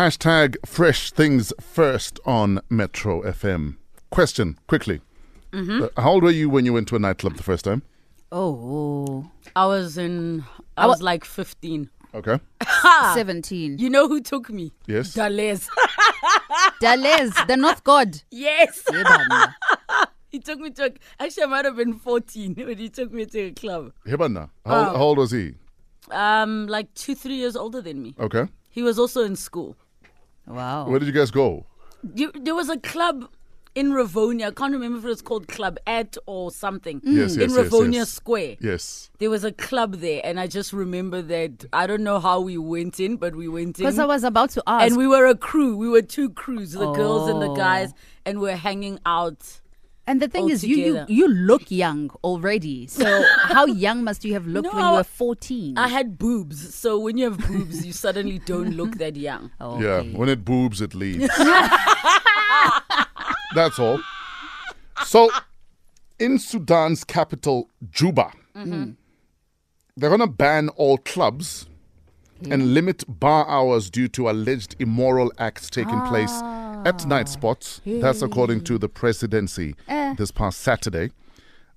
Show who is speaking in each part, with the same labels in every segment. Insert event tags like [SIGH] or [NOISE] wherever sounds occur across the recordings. Speaker 1: Hashtag fresh things first on Metro FM. Question quickly. Uh, how old were you when you went to a nightclub the first time?
Speaker 2: Oh, I was in. I
Speaker 3: wa-
Speaker 2: was like 15.
Speaker 1: Okay.
Speaker 3: 17.
Speaker 2: You know who took me?
Speaker 1: Yes.
Speaker 3: [LAUGHS]
Speaker 2: Dales. [LAUGHS]
Speaker 3: Dales, the North God.
Speaker 2: yes.
Speaker 3: Yebana.
Speaker 2: [LAUGHS] He took me to. A, actually, I might have been 14 [LAUGHS] when he took me to a club.
Speaker 1: Hibana. How, how old was he?
Speaker 2: Um, like two, three years older than me.
Speaker 1: Okay.
Speaker 2: He was also in school.
Speaker 3: Wow.
Speaker 1: Where did you guys go?
Speaker 2: You, there was a club in Ravonia. I can't remember if it was called Club At or something.
Speaker 1: Mm. Yes, yes,
Speaker 2: in
Speaker 1: yes,
Speaker 2: Ravonia
Speaker 1: yes.
Speaker 2: Square.
Speaker 1: Yes.
Speaker 2: There was a club there, and I just remember that. I don't know how we went in, but we went in.
Speaker 3: Because I was about to ask.
Speaker 2: and we were a crew. We were two crews, the girls and the
Speaker 3: Oh.
Speaker 2: guys, and we're hanging out.
Speaker 3: And the thing is, you, you
Speaker 2: altogether.
Speaker 3: you look young
Speaker 2: [LAUGHS]
Speaker 3: already. So how young must you have looked when
Speaker 2: No,
Speaker 3: you were fourteen?
Speaker 2: I had boobs, so when you have boobs, you suddenly don't look that
Speaker 3: [LAUGHS]
Speaker 2: young.
Speaker 3: Oh,
Speaker 1: Yeah.
Speaker 3: okay.
Speaker 1: When it boobs, it leaves. That's all. So, in Sudan's capital, Juba, they're going to ban all clubs and limit bar hours due to alleged immoral acts taking place at night spots. That's according to the presidency this past Saturday.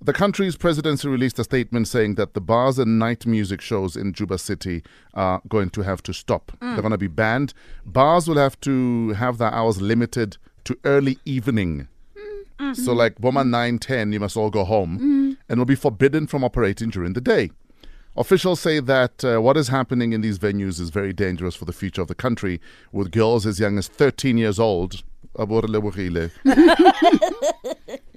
Speaker 1: The country's presidency released a statement saying that the bars and night music shows in Juba City are going to have to stop. They're going to be banned. Bars will have to have their hours limited to early evening. So, like, Boma 9 10, you must all go home and will be forbidden from operating during the day. Officials say that uh, what is happening in these venues is very dangerous for the future of the country, with girls as young as 13 years old. Aborelebogile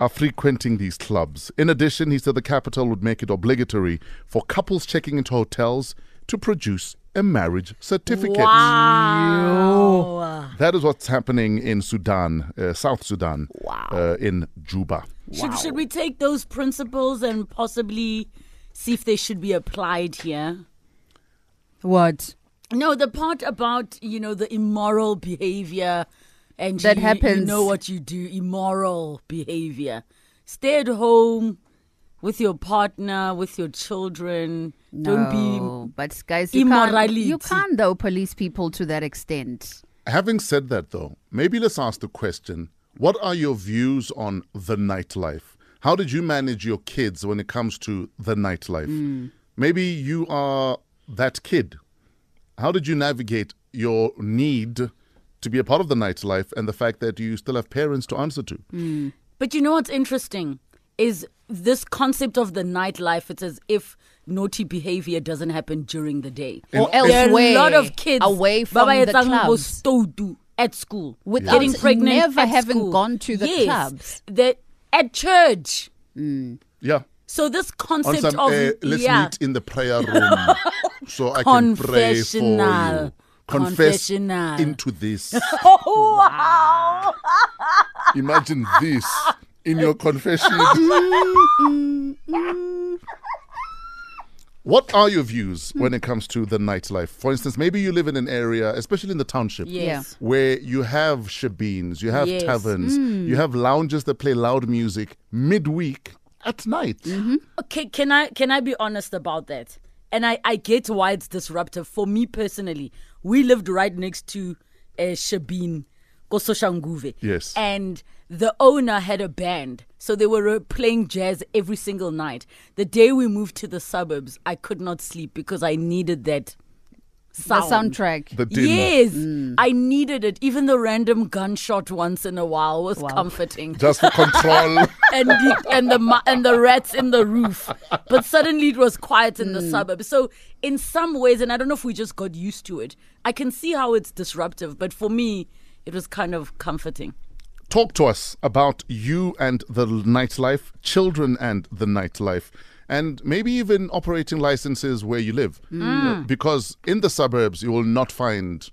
Speaker 1: are frequenting these clubs. In addition, he said the capital would make it obligatory for couples checking into hotels to produce a marriage certificate.
Speaker 3: Oh,
Speaker 2: Wow.
Speaker 1: That is what's happening in Sudan, uh, South Sudan, uh, in Juba.
Speaker 2: Should, should we take those principles and possibly see if they should be applied here?
Speaker 3: What?
Speaker 2: No, the part about, you know, the immoral behavior and
Speaker 3: That
Speaker 2: you, you
Speaker 3: happens.
Speaker 2: know what you do, immoral behavior. Stay at home with your partner, with your children. Don't be
Speaker 3: but guys, you can't,
Speaker 2: immorality.
Speaker 3: you can't though police people to that extent.
Speaker 1: Having said that, though, maybe let's ask the question what are your views on the nightlife? How did you manage your kids when it comes to the nightlife?
Speaker 2: Hmm.
Speaker 1: Maybe you are that kid. How did you navigate your need to be a part of the nightlife and the fact that you still have parents to answer to?
Speaker 2: Hmm. But you know what's interesting is this concept of the nightlife. It's as if naughty behavior doesn't happen during the day.
Speaker 3: Or
Speaker 2: there are a
Speaker 3: elsewhere,
Speaker 2: lot of kids
Speaker 3: away from
Speaker 2: Baba
Speaker 3: the
Speaker 2: Yatsang
Speaker 3: clubs.
Speaker 2: Bostodu at school
Speaker 3: Without
Speaker 2: getting pregnant,
Speaker 3: never
Speaker 2: at
Speaker 3: having
Speaker 2: school.
Speaker 3: gone to the
Speaker 2: yes,
Speaker 3: clubs.
Speaker 2: the- at church.
Speaker 1: Yeah.
Speaker 2: So this
Speaker 1: On
Speaker 2: concept
Speaker 1: some,
Speaker 2: of
Speaker 1: eh, let's
Speaker 2: yeah,
Speaker 1: meet in the prayer room
Speaker 2: [LAUGHS]
Speaker 1: so I can pray for you.
Speaker 2: Confessional.
Speaker 1: Confess
Speaker 2: Confessional.
Speaker 1: into
Speaker 2: [LAUGHS]
Speaker 1: this. Imagine this in your confession. what are your views when it comes to the nightlife? For instance, maybe you live in an area, especially in the township,
Speaker 2: yes,
Speaker 1: where you have shebeens, you have
Speaker 2: Yes. Mm.
Speaker 1: taverns, you have lounges that play loud music midweek at night.
Speaker 2: Mm-hmm. Okay, can I can I be honest about that? And I I get why it's disruptive for me personally. We lived right next to uh, Shabin Kososhanguve.
Speaker 1: Yes.
Speaker 2: And the owner had a band, so they were uh, playing jazz every single night. The day we moved to the suburbs, I could not sleep because I needed that sound.
Speaker 3: The soundtrack. Mm.
Speaker 1: The dinner.
Speaker 2: Yes, I needed it. Even the random gunshot once in a while was comforting
Speaker 1: Just for
Speaker 2: [LAUGHS]
Speaker 1: control.
Speaker 2: and the, and the mu- and the rats in the roof. But suddenly it was quiet in the suburbs. So in some ways, and I don't know if we just got used to it. I can see how it's disruptive, but for me, it was kind of comforting.
Speaker 1: talk to us about you and the nightlife, children and the nightlife, and maybe even operating licenses where you live. Uh, Because in the suburbs, you will not find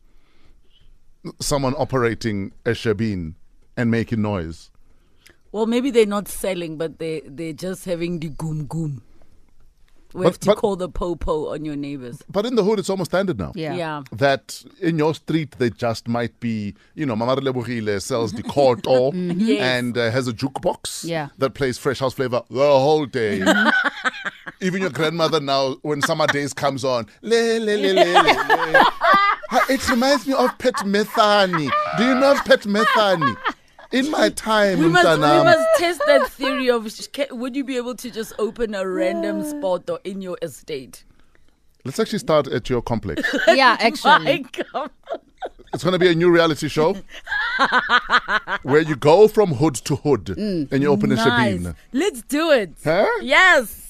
Speaker 1: someone operating a shabin and making noise.
Speaker 2: Well, maybe they're not selling, but they they're just having the goom goom. We
Speaker 1: But-
Speaker 2: have to
Speaker 1: but-
Speaker 2: call the popo on your neighbors.
Speaker 1: But in the hood, it's almost standard now.
Speaker 3: Yeah.
Speaker 2: yeah.
Speaker 1: That in your street, they just might be, you know, Mama Lebogile sells the
Speaker 2: [LAUGHS]
Speaker 1: corto
Speaker 2: Mm-hmm. Yes.
Speaker 1: and uh, has a jukebox
Speaker 3: Yeah.
Speaker 1: that plays fresh house flavor the whole
Speaker 2: [LAUGHS]
Speaker 1: day.
Speaker 2: [LAUGHS]
Speaker 1: Even your grandmother now, when summer days comes on, le, le, le, le, le, le. Ha- It reminds me of Pet Methani. Do you know Pet Methani? In my time,
Speaker 2: We must, we
Speaker 1: Mtanam,
Speaker 2: must test that theory of sh- ca- would you be able to just open a random spot or in your estate?
Speaker 1: let's actually start at your complex.
Speaker 3: yeah, actually.
Speaker 2: My God.
Speaker 1: It's going to be a new reality
Speaker 2: [LAUGHS]
Speaker 1: show where you go from hood to hood and you open a
Speaker 2: Mm. Nice.
Speaker 1: shabin.
Speaker 2: Let's do it.
Speaker 1: Huh?
Speaker 2: Yes.